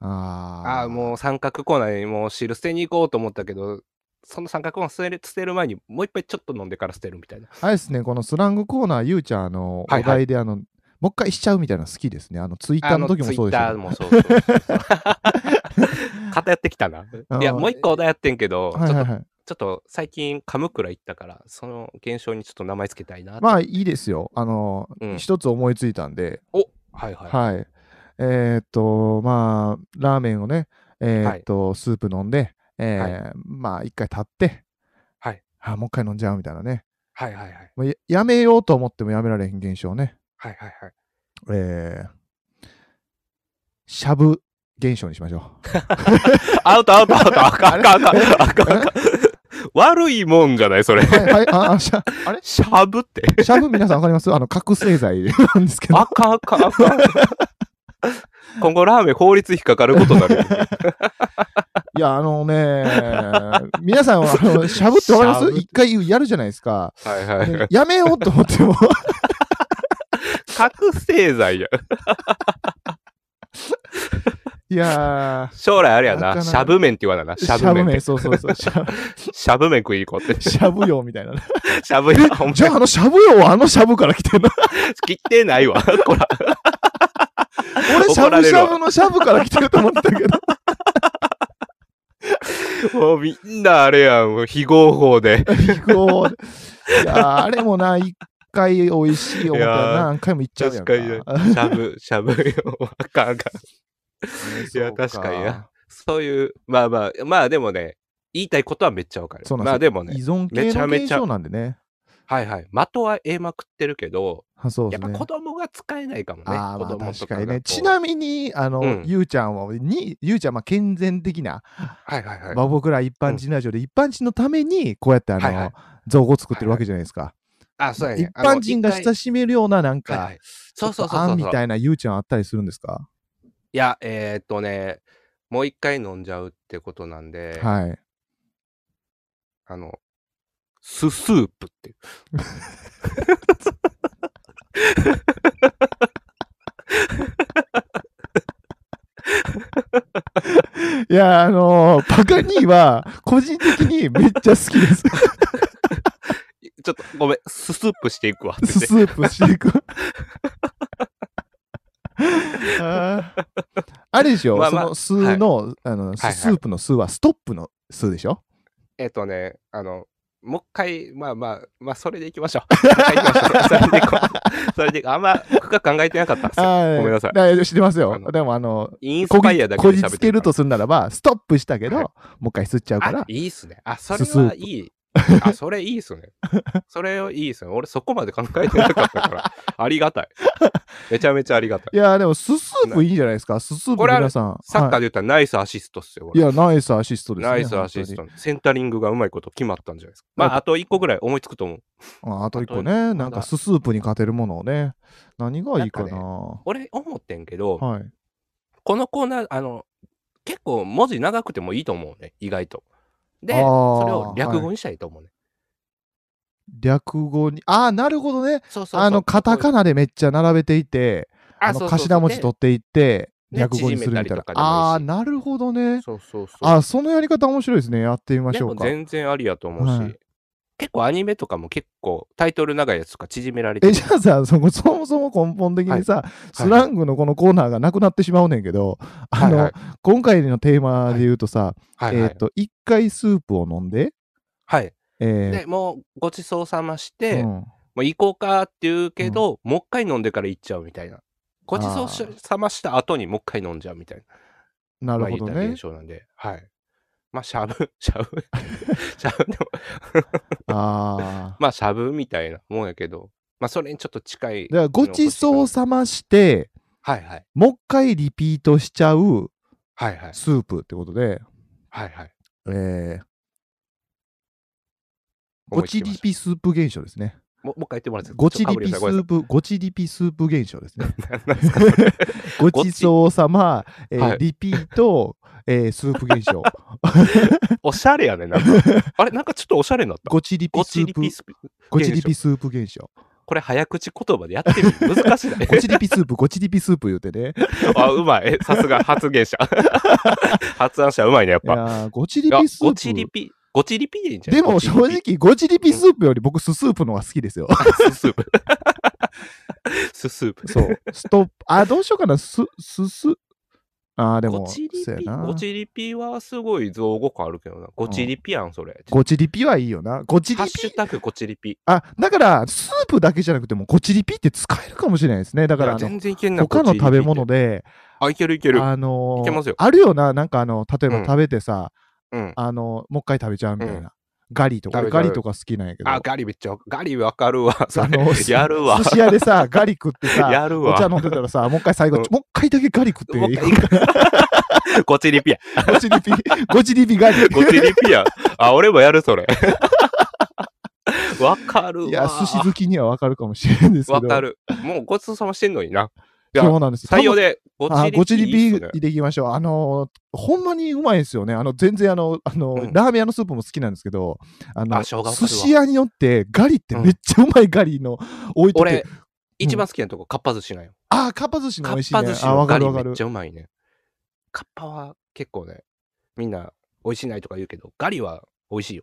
[SPEAKER 4] あー
[SPEAKER 3] ああ、もう三角コーナーにもう汁捨てに行こうと思ったけど、その三角コーナー捨てる捨てる前にもう一杯ちょっと飲んでから捨てるみたいな。
[SPEAKER 4] あれですね、このスラングコーナー、ゆうちゃん、あの、
[SPEAKER 3] はいはい
[SPEAKER 4] お題で、あの、もう一回しちゃうみたいなの好きですね。あの、ツイッターの時もそうでし
[SPEAKER 3] あ
[SPEAKER 4] た
[SPEAKER 3] のツイッターもそうそう
[SPEAKER 4] [laughs]
[SPEAKER 3] そうそう偏ってきたな
[SPEAKER 4] あ。ー
[SPEAKER 3] いや、もう一個お題やってんけど、
[SPEAKER 4] はい
[SPEAKER 3] ちょ
[SPEAKER 4] は
[SPEAKER 3] っ
[SPEAKER 4] い
[SPEAKER 3] と
[SPEAKER 4] はい。
[SPEAKER 3] ちょっと最近、鎌倉行ったから、その現象にちょっと名前つけたいな。
[SPEAKER 4] まあ、いいですよ。あの、
[SPEAKER 3] うん
[SPEAKER 4] 一つ思いついたんで、
[SPEAKER 3] おはいはい。
[SPEAKER 4] はい。えーっと、まあ、ラーメンをね、えーっと、スープ飲んで、えーまあ、一回立って、
[SPEAKER 3] はい。
[SPEAKER 4] あ、もう一回飲んじゃうみたいなね。
[SPEAKER 3] はいはいはい。
[SPEAKER 4] もうややめようと思ってもやめられへん現象ね。
[SPEAKER 3] はいはいはい。
[SPEAKER 4] えーしゃぶ現象にしましょう。
[SPEAKER 3] アウトアウトアウト。あかんあかんあかんあかんあかん。悪いもんじゃないそれ。
[SPEAKER 4] はい、はい、あ、あしゃ、 [laughs] あれ
[SPEAKER 3] しゃぶって。
[SPEAKER 4] シャブ皆さんわかりますあの、覚醒剤なんですけど。
[SPEAKER 3] あかんあかんあかん。今後ラーメン法律引っかかることになるよ。
[SPEAKER 4] いや、あのね、皆さんは、あの、 [laughs] シャブってわかり
[SPEAKER 3] シャ
[SPEAKER 4] ま
[SPEAKER 3] ブ
[SPEAKER 4] す一回やるじゃないです [laughs] か。
[SPEAKER 3] はいはいはい。
[SPEAKER 4] やめようと思っても、
[SPEAKER 3] 覚醒剤や。
[SPEAKER 4] いや
[SPEAKER 3] 将来あれや
[SPEAKER 4] なか
[SPEAKER 3] な。
[SPEAKER 4] な
[SPEAKER 3] しゃぶ麺って言わなな。
[SPEAKER 4] ー、
[SPEAKER 3] しゃぶ麺。
[SPEAKER 4] 麺、そうそ
[SPEAKER 3] [laughs]
[SPEAKER 4] うそう、シャブ
[SPEAKER 3] しゃぶ麺食いに行こうって。
[SPEAKER 4] シャブ用みたい
[SPEAKER 3] [laughs]
[SPEAKER 4] なね。
[SPEAKER 3] しゃぶや。お前
[SPEAKER 4] じゃあ、あの、シャブ用はあのシャブから来てんの
[SPEAKER 3] 切ってないわ。 [laughs] こら。
[SPEAKER 4] 俺、シャ
[SPEAKER 3] 怒ら
[SPEAKER 4] ブ
[SPEAKER 3] れ
[SPEAKER 4] シ
[SPEAKER 3] るわ
[SPEAKER 4] ャブのシャブから来てると思ってたけど。
[SPEAKER 3] もうみんなあれやん。もう非合法で。 [laughs]
[SPEAKER 4] 行こう。いやー、あれもな、一回美味しい思っ
[SPEAKER 3] い
[SPEAKER 4] たら
[SPEAKER 3] やー
[SPEAKER 4] 何回も行っちゃうやんか。
[SPEAKER 3] 確かに。しゃぶ、しゃぶよ。あかんあかん。いや
[SPEAKER 4] そう
[SPEAKER 3] 確かにな。そういう、まあまあ、まあでもね、言いたいことはめっちゃわかる。
[SPEAKER 4] そうなんですよ
[SPEAKER 3] まあでもね
[SPEAKER 4] 依、存系
[SPEAKER 3] めち
[SPEAKER 4] の
[SPEAKER 3] ゃめ
[SPEAKER 4] 現
[SPEAKER 3] ちゃ
[SPEAKER 4] 象なんでね。
[SPEAKER 3] はいはい。的は得まくってるけど、
[SPEAKER 4] あそうで
[SPEAKER 3] やっ
[SPEAKER 4] す
[SPEAKER 3] ぱ
[SPEAKER 4] ね。
[SPEAKER 3] 子供が使えないかもね。
[SPEAKER 4] ああ、
[SPEAKER 3] 子
[SPEAKER 4] まあ
[SPEAKER 3] 供
[SPEAKER 4] 確
[SPEAKER 3] と
[SPEAKER 4] か
[SPEAKER 3] か
[SPEAKER 4] に
[SPEAKER 3] が
[SPEAKER 4] ね。
[SPEAKER 3] こう
[SPEAKER 4] ちなみに、あの、
[SPEAKER 3] うん
[SPEAKER 4] ゆうちゃんは、に、ゆうちゃん、まあ、健全的な、
[SPEAKER 3] はいはいはい。
[SPEAKER 4] まあ、僕ら一般人ラジオで、一般人のために、こうやって、あの、
[SPEAKER 3] はいはい
[SPEAKER 4] 造語作ってるわけじゃないですか。
[SPEAKER 3] あ、そうやね。
[SPEAKER 4] 一般人が親
[SPEAKER 3] し
[SPEAKER 4] しめるような、なんか、
[SPEAKER 3] はいはい。そうそうそう
[SPEAKER 4] あ
[SPEAKER 3] そ
[SPEAKER 4] ん
[SPEAKER 3] う
[SPEAKER 4] み
[SPEAKER 3] そう。
[SPEAKER 4] たいなゆうちゃんあったりするんですか、
[SPEAKER 3] いや、えー、っとね、もう一回飲んじゃうってことなんで、
[SPEAKER 4] はい。
[SPEAKER 3] あの、ススープっていう。
[SPEAKER 4] いや、あのー、パカニーは、個人的にめっちゃ好
[SPEAKER 3] [laughs]
[SPEAKER 4] きです。
[SPEAKER 3] ちょっとごめん、ススープしていくわって
[SPEAKER 4] ス
[SPEAKER 3] 言って。
[SPEAKER 4] スープして
[SPEAKER 3] [laughs]
[SPEAKER 4] いく。あーあれでしょ、
[SPEAKER 3] まあまあ
[SPEAKER 4] その「す」の,、あの
[SPEAKER 3] はい
[SPEAKER 4] スープの「す」はストップの「す」でしょ
[SPEAKER 3] えーっとね、あの、もう一回、まあまあ、まあ、それでいきまし
[SPEAKER 4] [laughs]
[SPEAKER 3] ょう。もう一回行きましょうそれでいこう。 [laughs] それでいこう、あんま深く考えてなかったんですよ。
[SPEAKER 4] あー
[SPEAKER 3] ごめんなさい
[SPEAKER 4] や知ってますよ
[SPEAKER 3] あの
[SPEAKER 4] でもあの
[SPEAKER 3] インス
[SPEAKER 4] こ
[SPEAKER 3] パ
[SPEAKER 4] ぎ
[SPEAKER 3] イアだけ
[SPEAKER 4] こ
[SPEAKER 3] で
[SPEAKER 4] じ
[SPEAKER 3] 喋っ
[SPEAKER 4] つ
[SPEAKER 3] て
[SPEAKER 4] け
[SPEAKER 3] る
[SPEAKER 4] るとするならばストップしたけど、
[SPEAKER 3] はい
[SPEAKER 4] もう一回吸っちゃうか
[SPEAKER 3] あ
[SPEAKER 4] ら
[SPEAKER 3] いいっすね。あ、そ
[SPEAKER 4] ス
[SPEAKER 3] れ
[SPEAKER 4] スープ
[SPEAKER 3] はいい。あ、それいいっすね。 [laughs] それをいいっすね。俺そこまで考えてなかった
[SPEAKER 4] [laughs]
[SPEAKER 3] から。ありがたい。めちゃめちゃありがたい。
[SPEAKER 4] いやでもススープいいんじゃないですかススープ
[SPEAKER 3] これあれ
[SPEAKER 4] 皆さん
[SPEAKER 3] サッカー
[SPEAKER 4] は
[SPEAKER 3] で言ったらナイスアシストっすよ。
[SPEAKER 4] い、い
[SPEAKER 3] 俺
[SPEAKER 4] やナイスアシストですね
[SPEAKER 3] ナイスアシスト
[SPEAKER 4] 本
[SPEAKER 3] の。センタリングがうまいこと決まったんじゃないですか。まあ、あと一個ぐらい思いつくと思う。
[SPEAKER 4] 当にああと一個
[SPEAKER 3] あ
[SPEAKER 4] ね
[SPEAKER 3] と
[SPEAKER 4] なんかススープに勝てるものをね何がいいかな
[SPEAKER 3] なんか俺思ってんけど、
[SPEAKER 4] はい
[SPEAKER 3] このコーナー、あの、結構文字長くてもいいと思うね。意外と。で、
[SPEAKER 4] あ
[SPEAKER 3] それ
[SPEAKER 4] ー
[SPEAKER 3] を略語にしたいと思うね。
[SPEAKER 4] 略語にああなるほどね
[SPEAKER 3] そうそうそう
[SPEAKER 4] あの、カタカナでめっちゃ並べていて、あの、頭文字取
[SPEAKER 3] と
[SPEAKER 4] っていって、
[SPEAKER 3] で
[SPEAKER 4] 略語にするみた
[SPEAKER 3] 縮
[SPEAKER 4] いな
[SPEAKER 3] めたりと。かでもいいし
[SPEAKER 4] ああー、なるほどね。
[SPEAKER 3] そうそうそう。
[SPEAKER 4] あそのやり方面白いですね。やってみましょうか。
[SPEAKER 3] でも全然ありやと思うし、
[SPEAKER 4] はい
[SPEAKER 3] 結構アニメとかも結構タイトル長いやつとか縮められて
[SPEAKER 4] え、
[SPEAKER 3] る
[SPEAKER 4] じゃあさ、そこそも [laughs] そも根本的にさ、スラングのこのコーナーがなくなってしまうねんけど、あの、
[SPEAKER 3] はいはい
[SPEAKER 4] 今回のテーマで言うとさ、
[SPEAKER 3] はい
[SPEAKER 4] え
[SPEAKER 3] は
[SPEAKER 4] っ、
[SPEAKER 3] い、
[SPEAKER 4] と、一回スープを飲んで、
[SPEAKER 3] はい
[SPEAKER 4] え
[SPEAKER 3] でもうごちそうさまし
[SPEAKER 4] ー
[SPEAKER 3] て、
[SPEAKER 4] う
[SPEAKER 3] も
[SPEAKER 4] ん
[SPEAKER 3] う行こうかって言うけど、もう一回飲んでから行っちゃうみたいなごちそうし
[SPEAKER 4] あー
[SPEAKER 3] さました後にもう一回飲んじゃうみたいな
[SPEAKER 4] なるほど
[SPEAKER 3] まあ、言うたら
[SPEAKER 4] ね
[SPEAKER 3] 現。象なんではいまあしゃぶ [laughs] しゃぶしゃぶでも
[SPEAKER 4] ああ。
[SPEAKER 3] まあしゃぶみたいなもんやけどまあそれにちょっと近い [laughs]
[SPEAKER 4] だからごちそうさまして、
[SPEAKER 3] はいはい
[SPEAKER 4] もう一回リピートしちゃう
[SPEAKER 3] はいはい
[SPEAKER 4] スープってことで、
[SPEAKER 3] はいはい
[SPEAKER 4] えーゴチリピスープ現象ですね。
[SPEAKER 3] もうもう一回言ってもらっていいですか
[SPEAKER 4] ゴチリピ
[SPEAKER 3] ち
[SPEAKER 4] ス
[SPEAKER 3] ょっとかぶり
[SPEAKER 4] ープ、ゴチリピスープ現
[SPEAKER 3] [laughs]
[SPEAKER 4] 象ですね。
[SPEAKER 3] なさいごめんなさい
[SPEAKER 4] ごちそうさま、えー
[SPEAKER 3] はい
[SPEAKER 4] リピート、えースープ
[SPEAKER 3] [laughs]
[SPEAKER 4] 現象。
[SPEAKER 3] おしゃれやねなんか。
[SPEAKER 4] [laughs]
[SPEAKER 3] あれなんかちょっとおしゃれになった。
[SPEAKER 4] ゴチリピ
[SPEAKER 3] ゴ
[SPEAKER 4] ス
[SPEAKER 3] チ
[SPEAKER 4] ー
[SPEAKER 3] リ
[SPEAKER 4] プ
[SPEAKER 3] ピ、スープ。
[SPEAKER 4] ゴチリピスープ現象。
[SPEAKER 3] これ早口言葉でやってみる。難しいね。
[SPEAKER 4] [laughs] ゴチリピスープ、ゴチリピスープ言うてね。
[SPEAKER 3] あ、うまい。えさすが発
[SPEAKER 4] [laughs]
[SPEAKER 3] 言者。発案者うまいね、やっ
[SPEAKER 4] い
[SPEAKER 3] ぱ。
[SPEAKER 4] やーゴチリ
[SPEAKER 3] いや
[SPEAKER 4] ピス
[SPEAKER 3] ゴチリ
[SPEAKER 4] ープ。
[SPEAKER 3] ピ、ゴチリピでいいんじゃない
[SPEAKER 4] でも正。直、ゴチリピスープより僕、ススープの方が好きですよ。
[SPEAKER 3] ゴチリピスープ。 [laughs] ススープ。
[SPEAKER 4] そう。ストップ。あ、どうしようかな。ス、スス。あー、でも、
[SPEAKER 3] ゴチリ
[SPEAKER 4] そうや
[SPEAKER 3] ピ、
[SPEAKER 4] な
[SPEAKER 3] ゴチリピはすごい造語感あるけどな。ゴチリピやん、それ。
[SPEAKER 4] ゴチリピはいいよな。ゴチリ
[SPEAKER 3] ハッシュ
[SPEAKER 4] ピ。
[SPEAKER 3] タグゴチリピ。
[SPEAKER 4] あ、だから、スープだけじゃなくても、ゴチリピって使えるかもしれないですね。
[SPEAKER 3] だ
[SPEAKER 4] だか、
[SPEAKER 3] からら
[SPEAKER 4] あの
[SPEAKER 3] 全然いけんな
[SPEAKER 4] 他の食べ物。
[SPEAKER 3] ゴチリピって
[SPEAKER 4] で、
[SPEAKER 3] あ、いけるいける。
[SPEAKER 4] あのー
[SPEAKER 3] いけますよ
[SPEAKER 4] あるよな、なんかあの、例え
[SPEAKER 3] う
[SPEAKER 4] ば
[SPEAKER 3] ん
[SPEAKER 4] 食べてさ、
[SPEAKER 3] うん。
[SPEAKER 4] あの、もう一回食べちゃうみたいな。
[SPEAKER 3] う
[SPEAKER 4] ガリとか、
[SPEAKER 3] 食べちゃう
[SPEAKER 4] ガリとか好きなんやけど。
[SPEAKER 3] あ、ガリめっちゃ、ガリわかるわ。そ
[SPEAKER 4] あ
[SPEAKER 3] れ
[SPEAKER 4] の
[SPEAKER 3] [laughs] やるわ
[SPEAKER 4] 寿。司屋でさ、ガリ食って
[SPEAKER 3] [laughs]
[SPEAKER 4] さ、
[SPEAKER 3] やる
[SPEAKER 4] お
[SPEAKER 3] わ。
[SPEAKER 4] 茶飲んでた
[SPEAKER 3] [laughs]
[SPEAKER 4] らさ、もう一回最後、
[SPEAKER 3] うん
[SPEAKER 4] もう一回だけガリ食って
[SPEAKER 3] もう一
[SPEAKER 4] い
[SPEAKER 3] 回
[SPEAKER 4] くか
[SPEAKER 3] [laughs] ゴチリピや。
[SPEAKER 4] ら、ゴチリピ、ゴチリ
[SPEAKER 3] [laughs]
[SPEAKER 4] ピガリ。
[SPEAKER 3] ゴチリピや。あ、俺もやる、それ。わかるわ。
[SPEAKER 4] [laughs] いや、寿司好きにはわかるかもしれないですけど。
[SPEAKER 3] わかる。もうごちそうさましてんのにな。いや
[SPEAKER 4] そうなんですよ
[SPEAKER 3] 採用で、ゴ
[SPEAKER 4] あゴチ
[SPEAKER 3] チリピ
[SPEAKER 4] リピ
[SPEAKER 3] いいっすね。
[SPEAKER 4] 入れていきましょう。あのーほんまにうまいですよね。あの、全然あの、あの、
[SPEAKER 3] うん
[SPEAKER 4] ラーメン屋のスープも好きなんですけど、あの、
[SPEAKER 3] あ生姜わかる
[SPEAKER 4] 寿
[SPEAKER 3] わ
[SPEAKER 4] 司屋によって、ガリってめっちゃうまいガリの置いと
[SPEAKER 3] 俺
[SPEAKER 4] て、、
[SPEAKER 3] 一番好きなとこ、かっぱ寿司なんよ。
[SPEAKER 4] ああ、かっぱ寿司の
[SPEAKER 3] か
[SPEAKER 4] 美
[SPEAKER 3] っ
[SPEAKER 4] 味しい
[SPEAKER 3] ぱ
[SPEAKER 4] ね
[SPEAKER 3] 寿。司
[SPEAKER 4] あ、
[SPEAKER 3] の
[SPEAKER 4] わ
[SPEAKER 3] ガ
[SPEAKER 4] かる
[SPEAKER 3] リ
[SPEAKER 4] わ
[SPEAKER 3] め
[SPEAKER 4] か
[SPEAKER 3] っ
[SPEAKER 4] る
[SPEAKER 3] ち。ゃうまいね。かっぱは結構ね、みんな美味しいないとか言うけど、ガリは美味しいよ。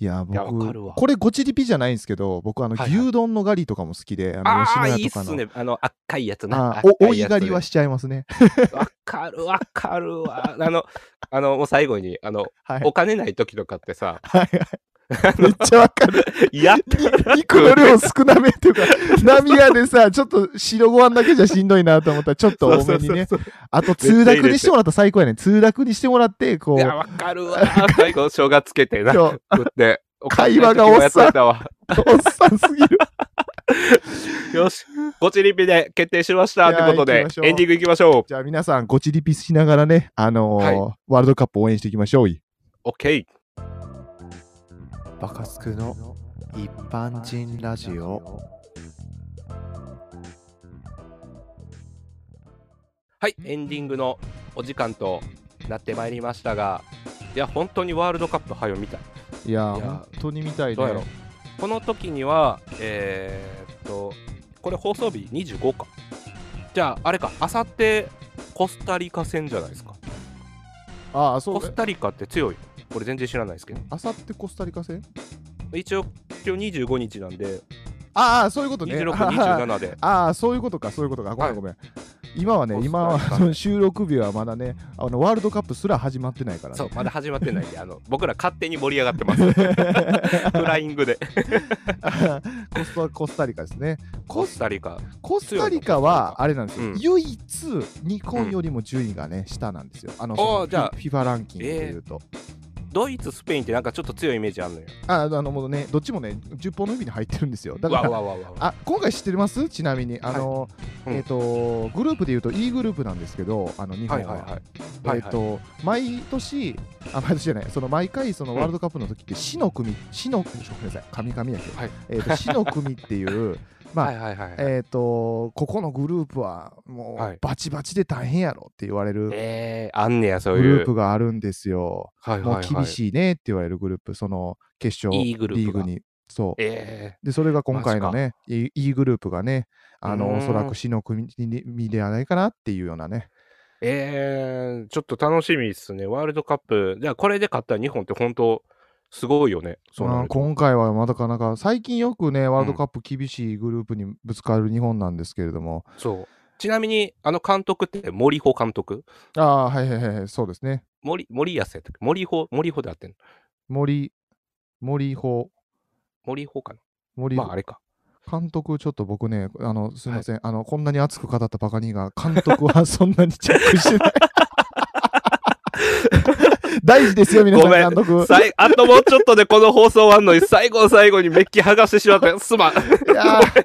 [SPEAKER 4] いや、
[SPEAKER 3] いやわかる
[SPEAKER 4] 僕、
[SPEAKER 3] わ
[SPEAKER 4] これゴチリピじゃないんですけど、僕、あの、
[SPEAKER 3] はいはい
[SPEAKER 4] 牛丼のガリとかも好きで、あの、
[SPEAKER 3] あ
[SPEAKER 4] 吉
[SPEAKER 3] あ
[SPEAKER 4] 野
[SPEAKER 3] ー、い
[SPEAKER 4] 家
[SPEAKER 3] いっ
[SPEAKER 4] とか
[SPEAKER 3] す
[SPEAKER 4] の。
[SPEAKER 3] ね。あの、赤いやつな。
[SPEAKER 4] あーお、
[SPEAKER 3] 赤
[SPEAKER 4] 追
[SPEAKER 3] い
[SPEAKER 4] い
[SPEAKER 3] やつ
[SPEAKER 4] ガリはしちゃいますね。
[SPEAKER 3] わかるわかるわ。あの、 [laughs] あの、もう最後に、あの、
[SPEAKER 4] はい。
[SPEAKER 3] お金ない時とかって
[SPEAKER 4] [laughs]
[SPEAKER 3] さ、
[SPEAKER 4] はいはい。めっちゃわかる。
[SPEAKER 3] やっ
[SPEAKER 4] 肉の量少なめ
[SPEAKER 3] [laughs]
[SPEAKER 4] っていうか、涙でさ、ちょっと白ご飯だけじゃしんどいなと思ったら、ちょっと多めにね。
[SPEAKER 3] そうそうそう
[SPEAKER 4] あと、通
[SPEAKER 3] 絶対入れ
[SPEAKER 4] 諾
[SPEAKER 3] て
[SPEAKER 4] にしてもらったら最高やね。通諾にしてもらって、こ
[SPEAKER 3] いや、
[SPEAKER 4] う、
[SPEAKER 3] わかるわ。最後、生姜つけてな。
[SPEAKER 4] 今日、
[SPEAKER 3] 食って。お
[SPEAKER 4] 会話がおっさ
[SPEAKER 3] 金
[SPEAKER 4] ん
[SPEAKER 3] ない時もやってたわ
[SPEAKER 4] おっさんすぎ
[SPEAKER 3] [laughs]
[SPEAKER 4] る。
[SPEAKER 3] よし、ゴチリピで決定しました。
[SPEAKER 4] い
[SPEAKER 3] っ
[SPEAKER 4] やー
[SPEAKER 3] てことで
[SPEAKER 4] 行きましょ、う
[SPEAKER 3] エンディングいきましょ
[SPEAKER 4] じゃあ皆さん、ゴチリピしながらね、あのー
[SPEAKER 3] は
[SPEAKER 4] ワールドカップ応援していきましょう。
[SPEAKER 3] う。OK。
[SPEAKER 5] バカスクの一般人ラジオ
[SPEAKER 3] はい、エンディングのお時間となってまいりましたが、いや、本当にワールドカップはよ見たい。
[SPEAKER 4] いやー、
[SPEAKER 3] いやー
[SPEAKER 4] 本当に見たい
[SPEAKER 3] どうやろ
[SPEAKER 4] ね
[SPEAKER 3] う。この時には、えーっと、これ放送日25か。じゃあ、あれか、あさってコスタリカ戦じゃないですか。
[SPEAKER 4] ああ、そ
[SPEAKER 3] コ
[SPEAKER 4] う
[SPEAKER 3] ス
[SPEAKER 4] か。
[SPEAKER 3] タリカって強い。これ全然知らないですけど。
[SPEAKER 4] あさってコスタリカ戦
[SPEAKER 3] 一応、今日25日なんで、
[SPEAKER 4] ああ、そういうことね。 [laughs]
[SPEAKER 3] 26、
[SPEAKER 4] あ
[SPEAKER 3] 27で。
[SPEAKER 4] あああ、そういうことか、そういうことか。ごめ
[SPEAKER 3] はい
[SPEAKER 4] んごめん。今はね
[SPEAKER 3] コ、スタリカ
[SPEAKER 4] 今は [laughs] あの収録日はまだね、あのワールドカップすら始まってないから、ね。
[SPEAKER 3] そう、まだ始まってないんで、あの僕ら勝手に盛り上がってます。フライングで。
[SPEAKER 4] [laughs] コスタコスタリカですね。
[SPEAKER 3] コ
[SPEAKER 4] コ
[SPEAKER 3] ス
[SPEAKER 4] ス
[SPEAKER 3] タリカ。
[SPEAKER 4] コスタリカはあれなんですよ、
[SPEAKER 3] うん
[SPEAKER 4] 唯一日本よりも順位がね、下なんですよ。あの、
[SPEAKER 3] おー
[SPEAKER 4] その
[SPEAKER 3] じゃあ
[SPEAKER 4] FIFA ランキングでいうと。
[SPEAKER 3] ドイツ、スペインってなんかちょっと強いイメージあるのよ。
[SPEAKER 4] ああのもうね、どっちもね、10本の指に入ってるんですよ。だ
[SPEAKER 3] う
[SPEAKER 4] か
[SPEAKER 3] わ
[SPEAKER 4] ら、
[SPEAKER 3] うわうわうわ。
[SPEAKER 4] あ今回知ってますちなみに、あの、
[SPEAKER 3] うん
[SPEAKER 4] えっ、と、グループでいうと E グループなんですけど、あの日
[SPEAKER 3] は
[SPEAKER 4] 本
[SPEAKER 3] い
[SPEAKER 4] は。
[SPEAKER 3] はいはい。はいはい
[SPEAKER 4] えっ、と、毎年、あ、毎年じゃない、その毎回、そのワールドカップの時って、死の組、死の、ごめんなさい、神々やけど、
[SPEAKER 3] はい
[SPEAKER 4] えっと、死の組っていう、ま
[SPEAKER 3] [laughs] は
[SPEAKER 4] あ
[SPEAKER 3] いはいはいはい。
[SPEAKER 4] えー、とここのグループはも
[SPEAKER 3] はいう
[SPEAKER 4] バチバチで大変やろって言われる
[SPEAKER 3] えー、あんねや、そ
[SPEAKER 4] グ
[SPEAKER 3] ういう。
[SPEAKER 4] ループがあるんですよ。
[SPEAKER 3] はい
[SPEAKER 4] も
[SPEAKER 3] は
[SPEAKER 4] う
[SPEAKER 3] いはい、
[SPEAKER 4] 厳しいねって言われるグループ、その決勝
[SPEAKER 3] い
[SPEAKER 4] リ
[SPEAKER 3] いグルー
[SPEAKER 4] ー
[SPEAKER 3] プが
[SPEAKER 4] グに。そう
[SPEAKER 3] え
[SPEAKER 4] でそれが今回のね、E グループがね、あ
[SPEAKER 3] うー
[SPEAKER 4] の
[SPEAKER 3] ん
[SPEAKER 4] おそらく死の組にではないかなっていうようなね。
[SPEAKER 3] ー、えー、ちょっと楽しみですね。ワールドカップ。じゃあ、これで勝ったら日本って本当、すごいよね。そうな
[SPEAKER 4] まあ
[SPEAKER 3] ると
[SPEAKER 4] 今回はまだかなか、最近よくね、ワールドカップ厳しいグループにぶつかる日本なんですけれども、
[SPEAKER 3] そう。ちなみに、あの監督って森穂監督
[SPEAKER 4] ああ、はいはいはいはい、そうですね。
[SPEAKER 3] 森、森安やったっけ森穂、森穂であってんの
[SPEAKER 4] 森、森法、
[SPEAKER 3] 森穂かな
[SPEAKER 4] 森
[SPEAKER 3] まあ、あれか。
[SPEAKER 4] 監督、ちょっと僕ね、あの、すみません、あの、こんなに熱く語ったバカにが、監督はそんなにチェックして [laughs] ない。大事ですよ、皆さ
[SPEAKER 3] ご
[SPEAKER 4] ん、
[SPEAKER 3] めん
[SPEAKER 4] 監督。
[SPEAKER 3] さいあともうちょっとでこの放送終わんのに、最後の最後にメッキ剥がしてしまった。すまん。
[SPEAKER 4] いやー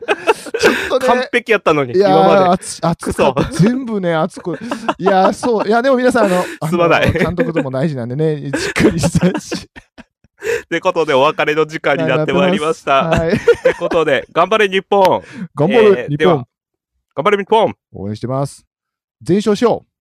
[SPEAKER 4] ち [laughs] ょっと
[SPEAKER 3] 完
[SPEAKER 4] ね。
[SPEAKER 3] 璧やったのに、
[SPEAKER 4] いや
[SPEAKER 3] 今
[SPEAKER 4] ー
[SPEAKER 3] ま
[SPEAKER 4] 熱熱かった全部ね、熱く。いや
[SPEAKER 3] [laughs]
[SPEAKER 4] ー、そう。いや、でも皆さん、あの、あの
[SPEAKER 3] すまない
[SPEAKER 4] 監督とも大事なんでね、じっくりしたし。
[SPEAKER 3] で。ってことでお別れの時 [laughs] 間になってまいりました。
[SPEAKER 4] はい。
[SPEAKER 3] ってことで、頑張れ日本
[SPEAKER 4] 頑張
[SPEAKER 3] え
[SPEAKER 4] る
[SPEAKER 3] ー
[SPEAKER 4] 日
[SPEAKER 3] では
[SPEAKER 4] 本
[SPEAKER 3] 頑張れ日本
[SPEAKER 4] 応援してます。全勝しよう